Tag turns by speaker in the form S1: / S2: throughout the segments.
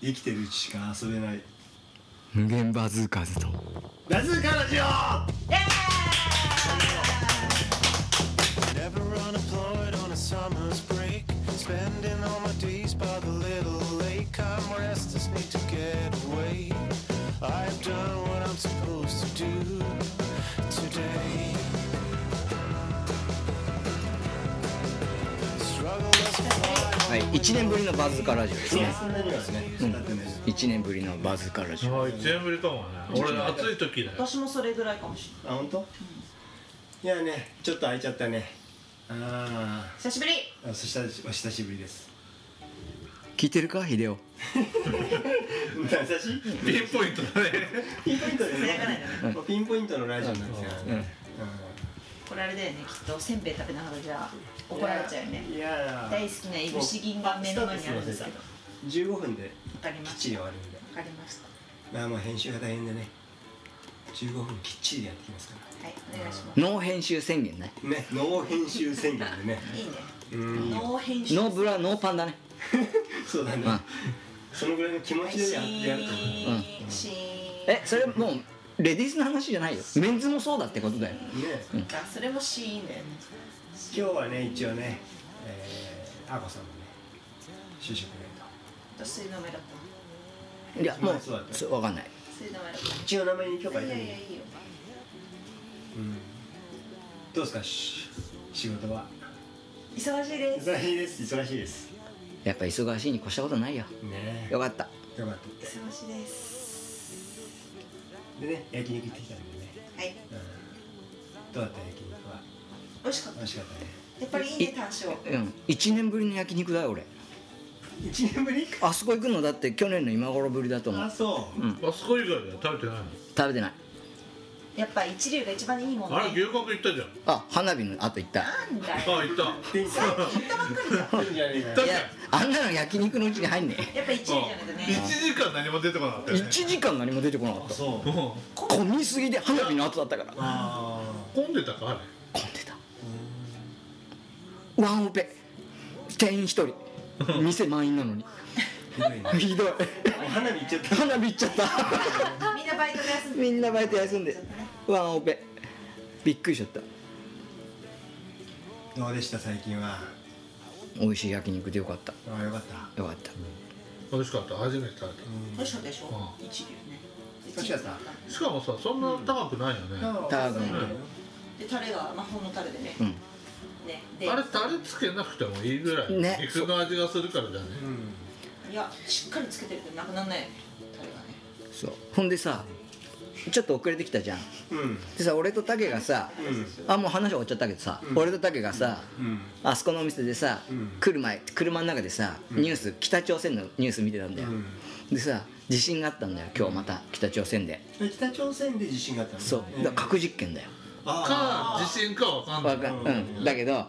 S1: 生きてるうちしか遊べない
S2: 無限バズーカーズと
S1: バズーカラジオ
S3: Never unemployed on a summer's break. Spending all my days by the little lake. I'm restless, need to get away. I've done what I'm supposed to do today. Struggle as a fly.
S2: はい1年ぶりのバズーカラジオですね
S1: そんなにはね、だってね
S2: 1年ぶりのバズーカラジオ
S4: あ1年ぶりかもね俺暑い時だよ
S5: 私もそれぐらいかもしれない
S1: あ本当、いやねちょっと空いちゃったねあ
S5: 久しぶり
S1: ーあそしたらお久しぶりです
S2: 聞いてるかヒデオ
S1: 優しい
S4: ピンポイントだね
S1: ピンポイントで
S5: それがない
S1: ね
S5: のね
S1: もうピンポイントのラジオなんですよ、
S2: うん
S5: これあれだよねきっとおせんべい食べながらじゃあ怒られちゃうよね
S1: いやー
S5: 大好きないぶし銀が目の前にあるんですけど
S1: も
S5: わ
S1: う15分で
S5: かりま
S1: きっ
S5: し
S1: ち
S5: た
S1: り終わるんで
S5: わかりました
S1: まあまあ編集が大変でね15分きっちりやってきますか
S5: はいお願いしま
S2: ノー編集宣言ね
S1: らねノー編集宣言でね
S5: すいいね
S1: うん
S5: ノー編集
S2: ノーブラノーパンだね
S1: そうだね、
S2: うん
S1: そのぐらいの気持ちでややると思う
S2: うん
S5: シーン
S2: えそれもうレディースの話じゃないよメンズもそうだってことだよ
S1: ね今
S5: あそれもシーンだよね
S1: 日はね一応ねえー、あこさんのね就職イベント
S5: 私水の目だっ
S2: いやもう
S1: そうだね
S2: そうわかんない
S5: た水の目だっ
S1: 一応名前に許可
S5: た
S1: い
S5: い
S1: て
S5: や
S1: も
S5: い
S1: い
S5: や
S1: い
S5: いいよ
S1: うんどうですかし仕事は
S5: 忙しいです
S1: 忙しいです忙しいです
S2: やっぱ忙しいに越したことないよ
S1: ねえ
S2: よかった
S1: よかった
S5: 忙しいです
S1: でね焼肉行ってきたんでね、
S5: はい
S1: うん、どうだった焼肉は
S5: 美味しかった
S1: 美味しかったね
S5: やっぱりいいね単勝
S2: うん1年ぶりの焼肉だよ俺
S1: 1年ぶり
S2: あそこ行くのだって去年の今頃ぶりだと思
S1: あ
S2: う
S1: そう、
S4: あそこ以外では食べてないの
S2: 食べてない
S5: やっぱ一流が一番いいもんね
S4: あれ牛角行ったじゃん
S2: あ花火の後行った
S5: なんだよ
S4: あ行った
S1: 店員さん言
S5: 言ったばっ
S1: って
S5: かりだよ
S1: んじゃねえか
S4: 確
S2: い
S4: か
S2: やあんなの焼肉のうちに入んね
S5: やっぱ一流じゃないと
S4: に
S5: ね
S4: 1時間何も出てこなかった
S2: え
S4: よね
S2: 1時間何も出てこなか
S1: あ
S2: っ た
S1: そう
S4: うん
S2: 混みすぎで花火の後だったから
S1: あ
S4: 混んでたかあれ
S2: 混んでたワンオペ店員1人店満員なのに
S1: ーひど いね
S2: ひどい
S1: お花火行っちゃった
S2: 花火行っちゃった
S5: みんなバイトで休んで
S2: みんなバイト休んでワンオペびっくりしちゃった
S1: どうでした最近は
S2: 美味しい焼肉でよかった
S1: ああよかった
S2: よかった
S4: 美味しかった初めて食べ
S5: 美味しかったでしょ
S4: う
S5: 一流ね
S1: 美味しかった
S4: たしかもさそんな高くないよね
S2: 多分
S5: でタレが魔法のタレでね
S2: うん
S5: ねで
S4: あれタレつけなくてもいいぐらい
S2: ね
S4: 肉の味がするからじゃね
S1: うん
S5: いやしっかりつけてるとなくならないよねタレがね
S2: そうほんでさちょっと遅れてきたじゃん
S1: うん
S2: でさ俺とタケがさあもう話終わっちゃったけどさ、俺とタケがさ、
S1: うん
S2: あそこのお店でさ、
S1: うん
S2: 来る前車の中でさニュース北朝鮮のニュース見てたんだよ、
S1: うん
S2: でさ地震があったんだよ今日また北朝鮮で、
S1: うん北朝鮮で地震があったの
S2: そうだから核実験だよ、
S1: あ
S4: か自信かわかんな
S2: わ
S4: い
S2: かん
S1: うん
S2: うん、だけど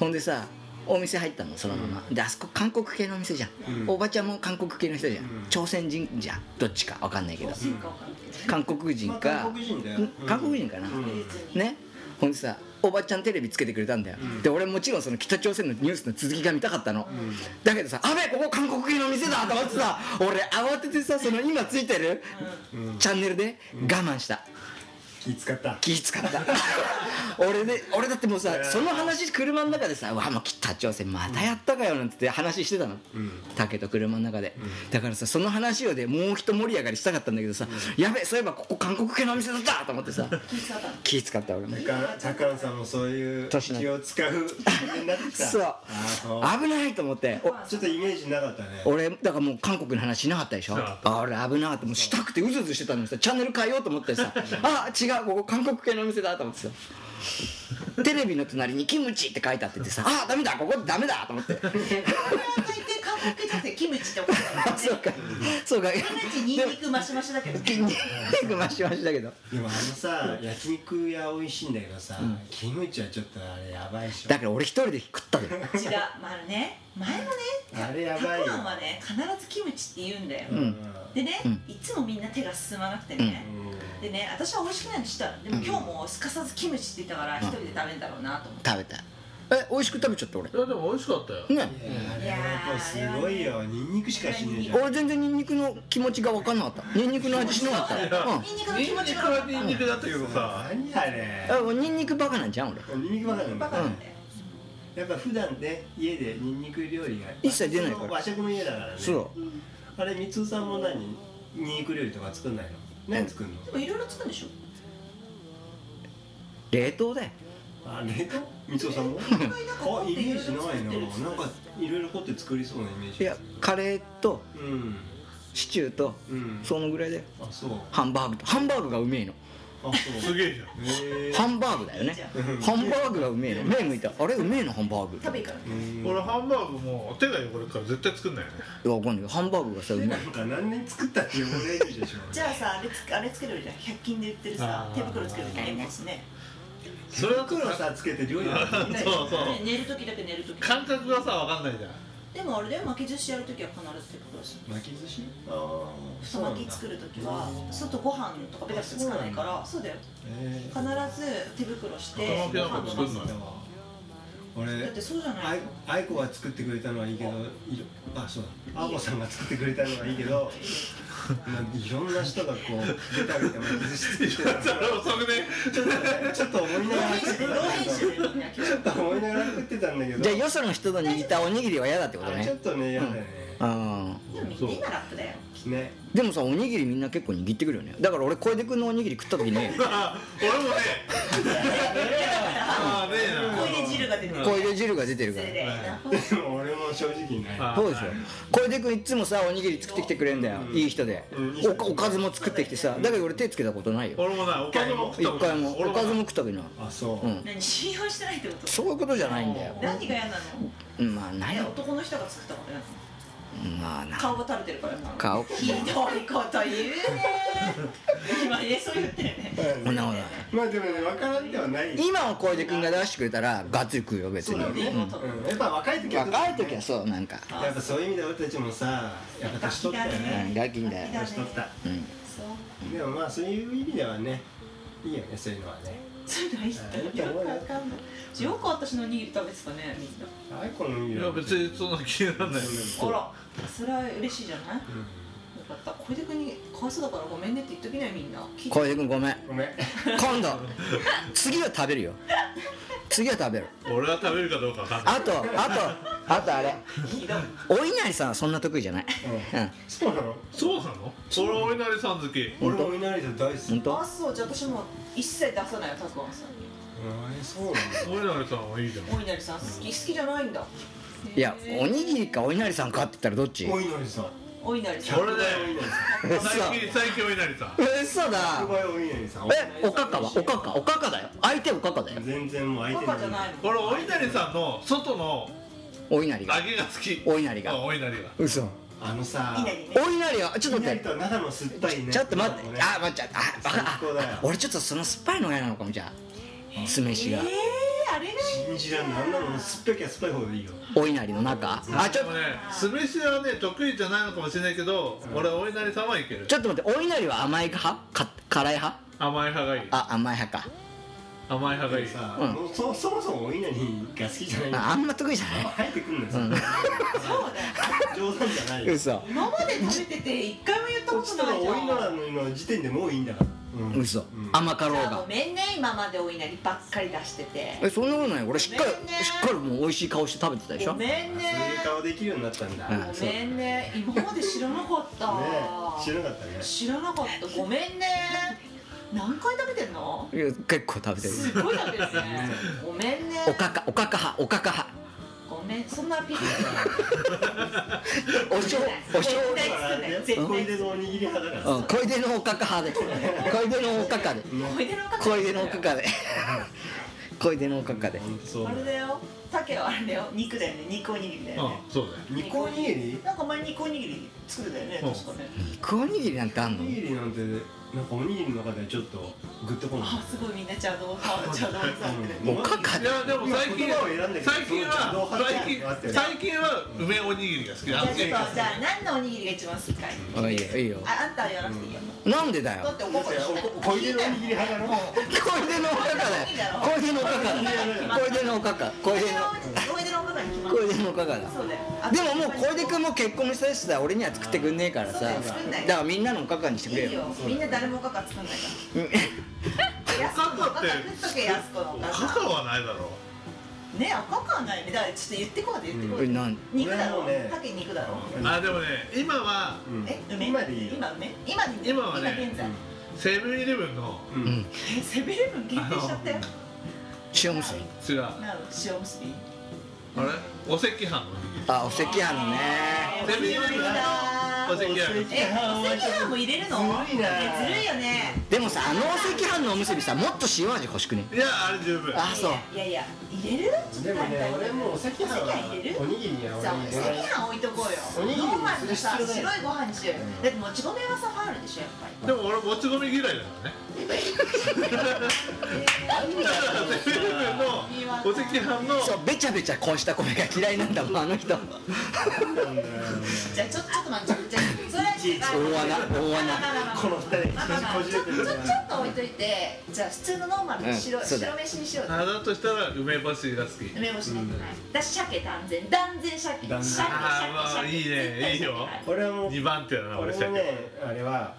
S2: ほんでさお店入ったのそのまま、であそこ韓国系のお店じゃん、
S1: うん
S2: おばちゃんも韓国系の人じゃん、
S1: うん
S2: 朝鮮人じゃんどっちかわかんないけど、
S5: どうするかわかんないけど
S2: 韓国人
S1: まあ
S2: か、
S1: 韓国人だよ
S2: ん
S1: うん
S2: 韓国人かな、
S1: うん
S5: 別に
S2: ねほんでさおばちゃんテレビつけてくれたんだよ、で俺もちろんその北朝鮮のニュースの続きが見たかったの、だけどさ「あべここ韓国系の店だ!」と思ってさ俺慌ててさその今ついてる、チャンネルで我慢した
S1: 気使った
S2: 気使った俺で俺だってもうさその話車の中でさ「わもう北朝鮮またやったかよ」なんてって話してたの、竹と車の中で、だからさその話をでもう一盛り上がりしたかったんだけどさ「やべそういえばここ韓国系のお店だった!」と思ってさ
S5: 気使ったの
S2: 気使った俺も
S1: 高高野さんもそういう
S2: 年な
S1: 気を使う人間になってきた
S2: そう
S1: あそう
S2: 危ないと思ってお
S1: ちょっとイメージなかったね
S2: 俺だからもう韓国の話しなかったでしょ
S4: なかっ
S2: あ俺危なかったもうしたくてうずうずしてたのにさチャンネル変えようと思って さあ違うここ韓国系のお店だと思ってさテレビの隣に「キムチ」って書いてあっててさあダメだここダメだと思って
S5: 大抵韓国系だってキムチって怒ってたもんね
S2: そうかそうか
S5: キムチニンニクマシマシだけど
S2: 筋肉マシマシだけど
S1: でもあのさ焼肉屋美味しいんだけどさキムチはちょっとあれやばいっしょ
S2: だから俺一人で食ったのよ
S5: 違う、まあね、前もね、
S1: あれやばいよ
S5: タコマンはね、必ずキムチって言うんだよ。
S1: うん
S5: でね、いつもみんな手が進まなくてね、でね、私は美味しくないの知ったのでも今日もすかさずキムチって言ったから一人で食べんだろうなと思って。
S2: 食べたえ美味しく食べちゃった俺
S4: いやでも美味しかったよ
S2: ね
S1: いやあれはすごいよニンニクしかしねえじゃん
S2: 俺全然ニンニクの気持ちが分かんなかったニンニクの味しなかったうん
S5: ニンニクの
S4: ニ
S5: 気
S4: ン
S5: 持
S4: ニ
S5: ち
S4: ク
S5: が分
S4: は
S5: かん
S4: ニンニクだったけどさ
S1: 何あれ
S2: あもうニンニクバカなんじゃん俺
S1: ニンニクばっかなん
S5: バ
S1: だ
S5: カなんだよ
S1: やっぱ普段ね家でニンニク料理が
S2: 一切出ないから
S1: 和食の家だからね
S2: そう
S1: あれ三つさんも何ニンニク料理とか作んないの何作んの
S5: でもいろいろ作るんでしょ
S2: 冷凍だよ
S1: あ冷凍三つさんもあイメージないななんかいろいろ凝って作りそうなイメージ
S2: いやカレーと
S1: うん
S2: シチューと
S1: うん
S2: そのぐらいだよ
S1: あそう
S2: ハンバーグとハンバーグがうめえの
S1: あそ
S4: す
S1: う
S4: げえじゃん
S1: へえ
S2: ハンバーグだよねハンバーグがうめえの目向いたあれうめえのハンバーグ
S5: 食べに行かない
S4: 俺ハンバーグもう手が汚れるから絶対作んないよね
S2: いやわかんないけどハンバーグがさうまい
S1: なんか何年作ったって汚れるでしょ
S5: じゃあさあれつあれつけるよりじゃん100均で売ってるさ
S4: あー
S5: 手袋つける時ないもんですね
S4: それだと
S1: 袋さつけて料理は できない
S4: そうそう
S5: ね寝る時だけ寝る時
S4: 感覚がさ分かんないじゃん
S5: でもあれだよ巻き寿司やる時は必ず手袋し
S1: 巻き寿司ああ
S5: 太巻き作る時は外ご飯とかベタベタつかないからそうだよ
S1: え
S5: 必ず手袋して
S4: 太巻きなん
S5: ご飯
S4: か作
S5: の
S4: ん
S5: 中
S4: の
S1: だわ俺
S5: だってそうじゃな
S1: あ
S5: い
S1: いあいこが作ってくれたのはいいけどいろあそうだあこさんが作ってくれたのはいいけどまあいろんな人がこう出たりとか巻き寿司作ってた
S4: 遅くね
S1: のちょっと思いながら作ってたん
S5: 老
S1: だ
S5: 編
S1: けど
S5: 集で老編集
S1: ちょっと思いながら作ってたんだけど
S2: じゃあよその人の握ったおにぎりは嫌だってこと
S1: あちょ
S2: ね
S1: っとね嫌だね、
S2: うん
S5: でもみんな今ラップだよ
S1: ね
S2: でもさおにぎりみんな結構握ってくるよねだから俺小出君のおにぎり食った時ね
S4: 俺もねああねえな
S5: これで汁が出てくる
S2: 小出汁が出てる
S5: そ
S2: から
S5: れで
S1: でも俺も正直ね
S4: あ
S2: そうですよ小出君いつもさおにぎり作ってきてくれんだよいい人で
S1: うんいい人
S2: おかおかずも作ってきてさだけど俺手つけたことないよ
S4: 俺もないおかずも食った
S2: 一
S4: ことな
S2: 回
S4: い
S2: も
S4: 俺
S2: おかずも
S4: ない
S2: 食った時ない
S1: あそう、
S2: うん
S5: 何信用してないってこと
S2: そういうことじゃないんだよ
S5: 何が嫌なの
S2: うんまあない
S5: え
S2: よ
S5: 男の人が作ったことやなの
S2: まあな
S5: 顔が垂れてるからな
S2: 顔
S5: ひどいこと言うね今ねそう言ってるよね
S2: そんなことない
S1: まあでもね分からんではない
S2: 今も小出君が出してくれたらがっつり食うよ別
S1: そうだ
S2: に
S1: ね、うん、やっぱ若い時は
S2: 若い時はそうなんか
S1: やっぱそういう意味で俺たちもさやっぱ年取ったよ
S2: う
S1: ね
S2: んガキんだよ
S5: ガ
S1: 年取った
S2: うん
S5: そう
S1: でもまあそういう意味ではねいいよねそういうのはね
S5: そういうのはいいんだよくわかんないよく私のおにぎり食べてたねみんな
S1: あいこの意味
S4: いや別にそんな気にならないよ
S5: あらそれは嬉しいじゃないよかった小出君にかわいそうだからごめんねって言っときなよみんな聞いて
S2: 小出君ごめん
S1: ごめん
S2: 今度次は食べるよ次は食べる
S4: 俺は食べるかどうか分かんない
S2: あとあとあとあれ
S5: ひどい
S2: お稲荷さんはそんな得意じゃないうん
S1: そうなの
S4: そうなの俺はお稲荷さん好き
S1: 俺もみなりさん大好き
S2: 本当
S5: あそうじゃあ私も一切出さないよたくあんさんに
S1: えそうなの
S4: お稲荷さんはいいじゃん
S5: お稲荷さん好き好きじゃないんだ
S2: いやおにぎりかお稲荷さんかって言ったらどっち
S1: お稲荷さん
S5: お稲荷さん
S4: 俺だよ
S1: お稲荷さ
S4: 最近最近お稲荷さん
S2: 嘘だ
S1: んこれお稲荷さん
S2: えおかかはおかかおかかだよ相手おかかだよ
S1: 全然もう相手
S5: パパじゃないもん
S4: 俺お稲荷さんの外の
S2: お稲荷が
S4: 揚げが好き
S2: お稲荷
S4: あ
S2: が
S4: お稲荷が
S2: 嘘
S1: あのさ
S5: 稲荷ね
S2: お稲荷はちょ
S1: 稲
S2: っと待っ
S1: 荷
S2: て
S1: と奈良の酸っぱいね
S2: ちょっと待って、あ、
S1: っ
S2: 待っちゃった。あ、わか
S1: 最高だよ
S2: あ俺ちょっとその酸っぱいのが嫌なのかもじゃあ。酢飯
S5: え
S2: が、
S5: ー、あれがい
S1: 信
S5: い
S1: じらんないあんなの酸っぱきゃ酸っぱい方がいいよ
S2: お稲荷の中。あ、ち
S4: で
S2: ょ
S4: もね酢飯はね得意じゃないのかもしれないけど俺はお稲荷さんはいける
S2: ちょっと待って、お稲荷は甘い派？か辛い派？
S4: 甘い派がいい
S2: あ、甘い派か。
S4: 甘い派がいい
S1: さ
S2: うん
S1: もうそそもそもお稲荷が好きじゃないんだ
S2: ああんま得意じゃな
S1: 入ってくんのよ、
S5: そうだよ
S1: 冗談じゃない
S2: い。
S1: よ
S2: 嘘。
S5: 今まで食べてて一回も言った
S1: こ
S5: こ
S1: っち
S5: と
S1: と
S5: な
S1: の
S5: いじ
S1: お稲
S5: ゃん
S1: 荷の時点でもういいんだから、うん
S2: 嘘
S1: うん。
S2: 甘かろう
S5: あご
S2: が。
S5: めんね今までお稲荷ばっかり出してて
S2: え、そんなことない。俺しっかり
S5: ごめんね
S2: しっかりもう美味しい顔して食べてたでし
S5: ご
S2: ょ。
S5: め
S1: そう
S5: ん
S1: い
S5: ね
S1: う顔できるようになったんだ、
S2: うん
S1: ね
S2: 顔
S5: ごめんね今まで知らなかった
S1: 知らなかったね
S5: 知らなかったごめんね何回食べてんの
S2: いや結構食べてる。
S5: すごい食べてるねごめんね
S2: おかかおかか派おかか
S5: ごめんそんなアピール
S2: 派。おしょうおしょう
S5: 絶。対作んない絶対
S1: 小
S5: 作ん
S1: 出
S5: ない
S1: のおにぎり派だから
S2: うん、小出のおかか派で。小出のおかかで。
S5: 小出のおかか
S2: 小出のおかかで。小出のおかかで。
S1: 本当そう
S5: あれだよ竹はあれだよ肉だよね肉おにぎりだよね
S4: うんそうだよ
S1: 肉おにぎり
S5: なんか前に肉おにぎり作ってたよね
S4: うん
S5: 確かね
S2: 肉おにぎりなんてあん
S1: おにぎ
S2: の
S1: りなんてなんかおにぎりの中ではちょっとグッとこない
S5: あすごいみんなちゃんとちゃんと
S1: うん
S2: おかか
S4: い
S2: で
S4: やでも最近
S1: 言葉を選んだけど
S4: 最近
S1: その
S4: は最
S1: 自動販売機
S4: 近最近は梅おにぎりが好き
S5: じゃ
S4: な
S5: あ
S4: ん
S5: ちょっとじ
S4: で
S5: ゃあ何のおにぎりが一番好きかい
S2: あいいよいいよ
S5: ああんたはやらなくていいよ
S2: なんでだよ
S5: だっておこぼれしない
S1: 小出のおにぎり派だろ
S2: 小出のおかかだよ小出のおかかだよ小出のおかか小出のこれでもかかる
S5: そうだよ
S2: でももう小出君も結婚したしさ俺には作ってくんねえから
S5: そうだ
S2: さ
S5: よ作んないよ
S2: だからみんなのおかかにしてくれ
S5: いいよ
S2: よ
S5: みんな誰もおかか作んないか
S4: お
S5: ら
S4: か
S5: 安子の
S4: か
S5: おか
S4: っ
S5: か
S4: て
S5: 食っとけ安子のお
S4: お
S5: か
S4: か
S5: か
S4: かはないだろ
S5: ねおかかはないねだからちょっと言ってこうで言ってこう
S2: う
S5: で
S2: んなん
S5: 肉だろ
S1: 俺はもうね
S5: かけ肉だろ
S1: うん
S4: あでもね今は
S1: うん
S5: え梅
S1: 今でいいよ
S5: 今梅今に
S4: 今はね
S5: 今現在
S4: セブンイレブンの
S1: う
S2: うんん
S5: えセブンイレブン限定しちゃったよ
S2: 塩むすび
S4: 違うあ
S5: なる塩結び
S4: れお赤飯の
S2: あお赤飯のね
S4: セブンイレブンのお赤飯
S5: え、お赤飯も入れるの
S1: ずるいな
S5: ねずるいよね
S2: でもさあのお赤飯のおむすびさもっと塩味欲しくね
S4: いやあれ十分
S2: あそう
S5: いやいや、入れる
S1: でもね俺もうお赤飯
S5: お赤飯入れ
S1: は
S5: る
S1: おにぎりには
S5: さあ、
S1: 俺
S5: お
S1: 入れ
S5: 赤
S1: ない
S5: 飯置いとこうよ
S1: おにぎり
S5: ご
S1: に
S5: 飯
S1: す
S5: で
S1: る
S5: さ、
S1: 必要ない
S5: 白いご飯にしようよだってもち米はさ、ファールでしょ、やっぱり
S4: でも俺もち米嫌 いだからねだからセブンイレブンのお赤飯の
S2: そうべちゃべちゃこうした米が嫌いなんだもんあの人
S1: なんだよ
S5: じゃあ、ちょっとちょっと待って、じゃあそれは違う
S2: 大穴大穴
S5: まあまあまあまあ
S1: この二人
S5: まあまあまあ
S1: こじ
S5: ちょ
S1: れ
S5: ってと
S1: るじ
S5: ち
S1: ゃ
S5: ょちょ
S1: ない
S5: っと置いといてじゃあ普通のノーマルの白,、
S2: うんそうだよ
S5: 白飯にしよう
S4: あだとしたら梅干しが好き
S5: 梅干しね、はい私鮭断然断然鮭
S1: 断然
S5: 鮭鮭
S4: あーまあ
S5: 鮭
S4: いいねいいよ
S1: 俺はもう
S4: 二番手だな
S1: 俺
S4: 俺した
S1: も
S4: けど
S1: ねあれは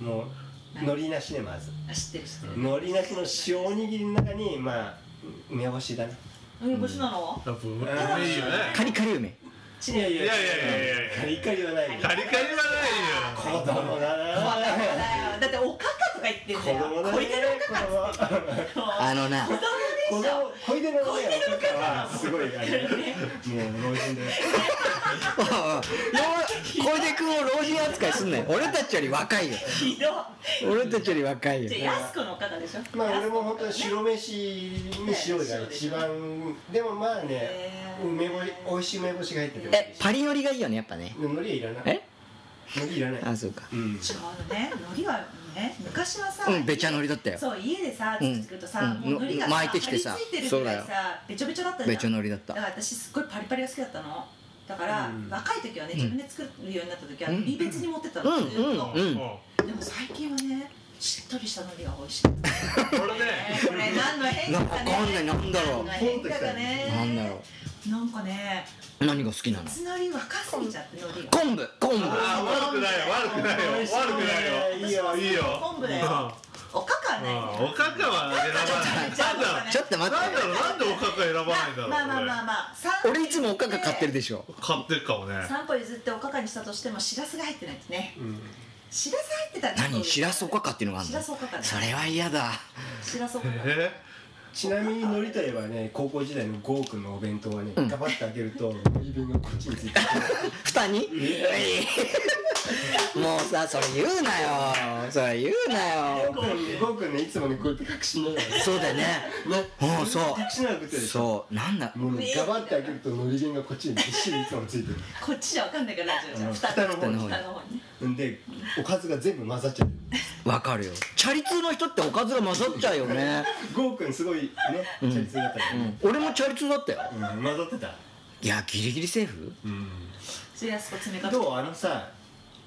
S1: もう海苔なしねまず
S5: 知ってる知ってる
S1: 海苔なしの塩おにぎりの中にまあ梅干しだね
S5: 梅干しなの、
S4: やっぱ梅いいよね
S2: カリカリ梅
S1: いやい
S4: いやいやいやいや
S1: カリカリはないよ
S4: カリカリはないよ
S1: 子供だ
S5: わかる
S1: な
S5: わよだっておかかとか言ってん
S1: 子
S5: だ
S1: 供
S5: よ
S1: だね
S5: 小出のおかかっつって子供
S2: あのな
S1: 子
S5: でし
S1: 供
S5: ょ
S1: 小出の
S5: 小
S1: 親
S5: 出のおかか
S1: はすごいあれもう老人だよ
S2: おいおい小出君を老人扱いすんなよ俺たちより若いよ
S5: ひどい
S2: 俺たちより若いよ
S5: じゃあやす子のおかかでしょ
S1: まあ
S5: や
S1: 俺
S5: す
S1: も
S5: 子のお
S1: 本当
S5: かか
S1: に
S5: ね
S1: 白飯に塩が一番でもまあね
S5: えー
S1: 梅干し美味しい梅干しが入っててもいい
S2: えパリノリがいいよねやっぱね
S1: 海苔はいらない
S2: え
S1: 海苔いらない
S2: あそうか
S1: うん
S5: 違うね海苔はね昔はさ
S2: うんべちゃのりだったよ
S5: そう家でさ
S2: うん
S5: 作るとさ、
S2: うん
S5: もう海苔が
S2: の巻いてきてさ
S5: 張り付いてるぐらい
S2: そう
S5: さべちょべちょだったじゃん
S2: べちゃのりだった
S5: だから私すっごいパリパリが好きだったのだから、
S1: うん
S5: 若い時はね自分で作るようになった時は
S2: うん
S5: 海苔別に持ってった
S2: う
S5: の、
S2: ん
S5: ずーっと
S2: うんうん
S5: でも最近はねしっとりした海苔が美味 しい、ね、
S4: これね
S5: これ何の変化
S2: なんか
S5: か
S2: わかん
S5: ね
S2: ないなんだろう
S5: 変化がね
S2: なんだろ
S5: うなんかね
S2: う何が好きなの
S5: つなり若すぎちゃって海苔が
S2: 昆布昆布
S4: あー悪くないよ 悪くないよ悪くないよ
S1: いいよ
S4: いいよ
S5: 昆布だよおかかはないね
S4: うんおかかは選ばないなんだ
S2: ちょっと待
S4: なん
S2: っ
S4: だろうなんでおかか選ばないんだろう
S5: まあまあまあまあ三
S2: て俺いつもおかか買ってるでしょ
S4: これ買ってるかもね
S5: 3歩譲っておかかにしたとしてもしらすが入ってないですね
S1: うん
S5: しらす入ってたら
S2: 何しらすおかかっていうのがある
S5: し
S2: の
S5: らすおかかね
S2: それは嫌だ
S5: しらすおかか
S4: え
S1: ちなみに海苔といえばね高校時代のゴーくんのお弁当はね
S2: うん
S1: ガバッと開けると海苔瓶がこっちについて
S2: 蓋にもうさそれ言うなよそれ言うなよ
S1: ゴーくんねいつもねこうやって隠しながらね
S2: そうだよねうんそう
S1: 隠しながら食ってるでしょ
S2: そうなんだ
S1: もうねガバッと開けると海苔瓶がこっちにびっしりいつもついてる
S5: こっちじゃわかんない から大丈夫じゃあ
S1: 蓋の方
S2: に
S5: 蓋の方に
S1: んでおかずが全部混ざっちゃう
S2: わかるよチャリ通の人っておかずが混ざっちゃうよね
S1: ゴーくんすごいねチャリ通だったからね
S2: 俺もチャリ通だったよ
S1: うん混ざってた
S2: いやギリギリセーフ
S1: うん
S5: しらすこ詰めかけ
S1: どうあのさ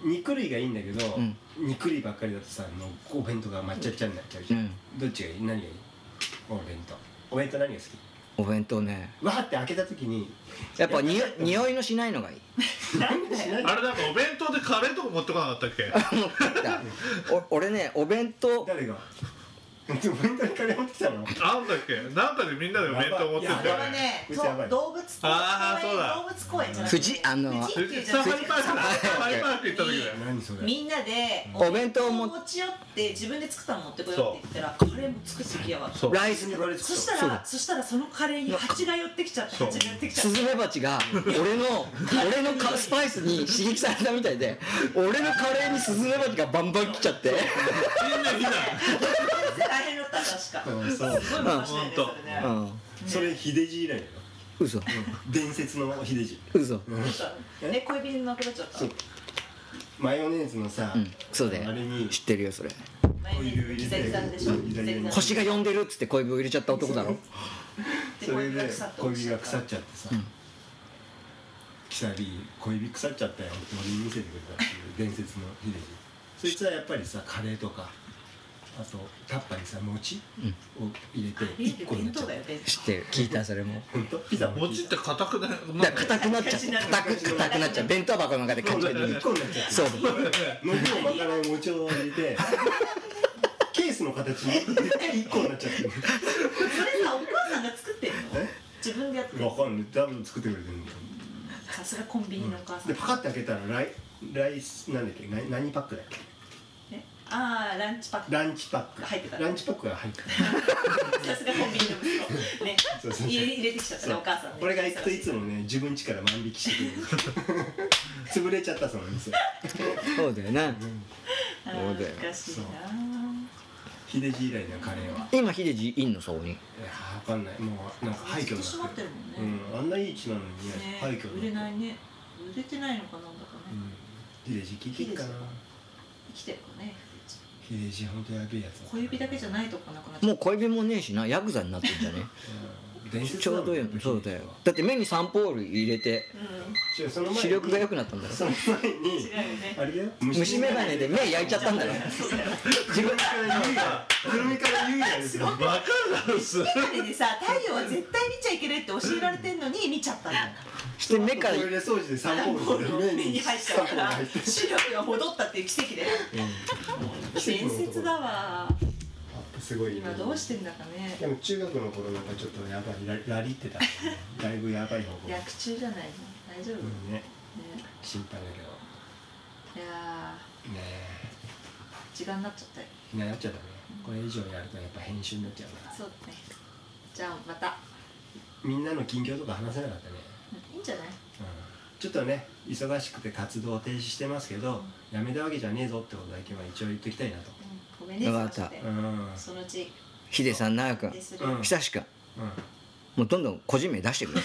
S1: 肉類がいいんだけど、
S2: うん
S1: 肉類ばっかりだとさあのお弁当が抹茶茶になっちゃうじゃん、
S2: うん
S1: どっちがいい何がいいお弁当お弁当何が好き
S2: お弁当ね
S1: わーって開けた時に
S2: やっぱに匂いのしないのがい い
S1: 何しない
S4: ーあれなんかお弁当でカレーとか持ってこなかったっけ
S2: 持ってきたお俺ねお弁当
S1: 誰がお弁当にカレー持ってきたの
S4: あんだっけなんかでみんなでお弁当持って
S5: あ
S4: った
S5: れ
S4: よ
S5: は
S4: ね
S5: ね
S1: うち
S5: そ
S1: やば
S5: う
S1: い
S5: 動物公
S4: あーそう だ
S5: 園動物公園じゃなくて
S2: 富士あの
S5: 富士急じゃ
S4: サ
S5: なく
S4: ファ
S5: て
S4: リパークだサファリパーク行った時だよ
S1: 何それ
S5: みんなで
S2: お弁当を持
S5: 持
S2: っ
S5: ち寄って自分で作ったの持ってこようって言ったらカレーも作ってきやわ
S4: そう
S2: ライスに
S1: カレー
S5: そし
S1: 作った
S2: そうだ
S5: らそしたらそのカレーに蜂が寄ってきちゃって
S4: そう
S5: 蜂が寄ってきちゃ
S2: ス
S5: って
S2: ズメバチが俺の俺のかスパイスに刺激されたみたいで俺のカレーにスズメバチがバンバン来ちゃって
S4: みんな避難
S5: 大変だった確か
S1: うんそう
S5: すごい昔だよね
S4: うん
S5: それね
S1: それ
S2: うん
S1: 秀じ以来だよ
S2: 嘘
S1: 伝説の秀じ
S2: 嘘
S5: そうね恋人なくなっちゃった
S1: そうマヨネーズのさ、
S2: うんそうだ
S1: あ
S2: よ
S1: れに
S2: 知ってるよそれ
S5: マヨネーズギザギザでしょ
S1: うん
S5: ギザギザ
S2: 星が呼んでるっつって恋人を入れちゃった男だろ
S5: で
S1: それ
S5: 恋人
S1: で
S5: が腐って
S1: 小
S5: 落ち
S1: 指が
S5: た
S1: 腐っちゃってさ
S2: うん
S1: 「キサリ小指腐っちゃったよ」って俺に見せてくれたっていう伝説の秀ジそいつはやっぱりさカレーとかあとタッパーにさ餅
S2: うん
S1: を入れて
S5: ビー
S1: 1
S5: ル
S1: 個になっ
S5: 弁
S1: ちゃ
S5: 当
S1: う
S5: だよ弁
S2: 知ってる聞いたそれも
S1: 本当ピザも
S4: 餅って硬くないなん
S2: だ
S4: か
S2: から硬くなっちゃう硬く硬くなっちゃう弁当箱の中でカチカチに
S1: 1個になっちゃう
S2: そう
S1: 伸びを巻かない餅を入れてケースの形に1個になっちゃってる
S5: 当それさお母さんが作ってんの
S1: え
S5: 自分でやってる
S1: わかんない多分作ってくれてるんだよ
S5: さすがコンビニのお母さん
S1: でパカッて開けたらライライスなんだっけな何パックだっけ
S5: ねああランチパック
S1: ランチパック
S5: 入ってた
S1: ランチパックが入ってた
S5: さすがコンビニの息子ね
S1: そうそうそう
S5: 家入れてきちゃったねお母さんね
S1: 俺が行くといつもね自分家から万引きしてくれる潰れちゃったその店
S2: そうだよな
S5: あ
S2: そうだ
S5: ー
S2: よ
S5: 懐かしいな
S1: 秀じ以来のカレーは
S2: 今秀じいんのそこ
S1: い
S2: に
S1: やーわかんないもうなんか廃墟
S5: ずっと閉
S1: にな
S5: ま
S1: ってて
S5: っる
S1: る
S5: もんね
S1: うん、あんないい家なのにね
S5: ね
S1: 廃墟
S5: 売れないいね売れてないのかなんだかね
S1: 秀じ聞いてっかな
S5: 生きてるかね
S1: 秀じほんとやべえやつ
S5: 小指だけじゃないとこなくなっちゃ
S2: もう恋人もねえしなヤクザになってんじゃね
S1: うん伝説
S2: ちょうどよ
S1: なの
S2: そうだよだって目にサンポール入れて
S5: う
S1: 違うその前に
S2: 視力が良くなったんだろ
S1: その前
S5: ん違
S1: に
S5: うよね
S1: あれだよ
S2: 虫眼鏡で目焼いちゃったんだろ
S5: そうだよ
S1: 自分から言うやくるみから言うやですよ
S4: わかるだろす
S5: 眼鏡でさ太陽は絶対見ちゃいけないって教えられてんのに見ちゃったんだ
S2: して目から
S1: トイレ掃除で
S5: ア
S1: 三
S5: ン
S1: ホ
S5: ボ
S1: ー
S5: ー
S1: ル
S5: ルを
S1: で
S5: 目に入っちゃうから
S1: 三ホール
S5: 視力が戻ったっていう奇跡だよ
S1: 奇跡
S5: 伝
S1: の男
S5: 説だ
S1: ア
S5: わ
S1: ップすごいね
S5: 今どうしてんだかね
S1: でも中学の頃なんかちょっとやばいララリってた、ね、だいぶやばい方向
S5: 薬中じゃないの大丈夫、ね
S1: うんね心配だけど
S5: いや
S1: ね
S5: ー時間になっちゃったよ
S1: え気になっちゃったねこれ以上やるとやっぱ編集になっちゃうから
S5: そうだねじゃあまた
S1: みんなの近況とか話せなかったね、
S5: うんいいんじゃない
S1: うん、ちょっとね忙しくて活動を停止してますけどやめたわけじゃねえぞってことだけは一応言っときたいなと
S5: うんごめんね
S2: わかった
S5: 忙しくて
S1: うん
S5: そのうち
S2: ヒデさん長くん
S5: でする
S1: うん
S2: 久しくんもうどんどん個人名出して くれ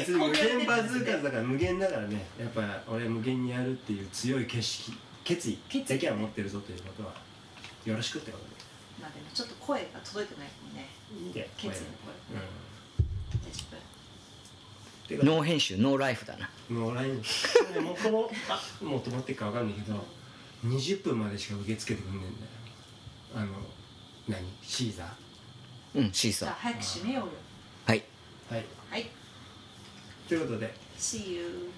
S1: 別に無限バズーカーズだから無限だからねやっぱ俺無限にやるっていう強い決識決意だけは持ってるぞということはよろしくってこと
S5: まあでもちょっと声が届いてないかもね
S1: でいいんだよ
S5: 決意の声
S1: うん
S5: ね大丈夫
S1: てか
S2: ノー編集ノーライフだな
S1: もう LINE もうこのあもう止まってるかわかんないけど20分までしか受け付けてくんねえんだよあの何シーザ
S2: うんシー
S5: じ
S2: サ
S5: ゃあ早く閉めようよ
S2: ーはい
S1: ーはい
S5: はい
S1: ということで
S5: See you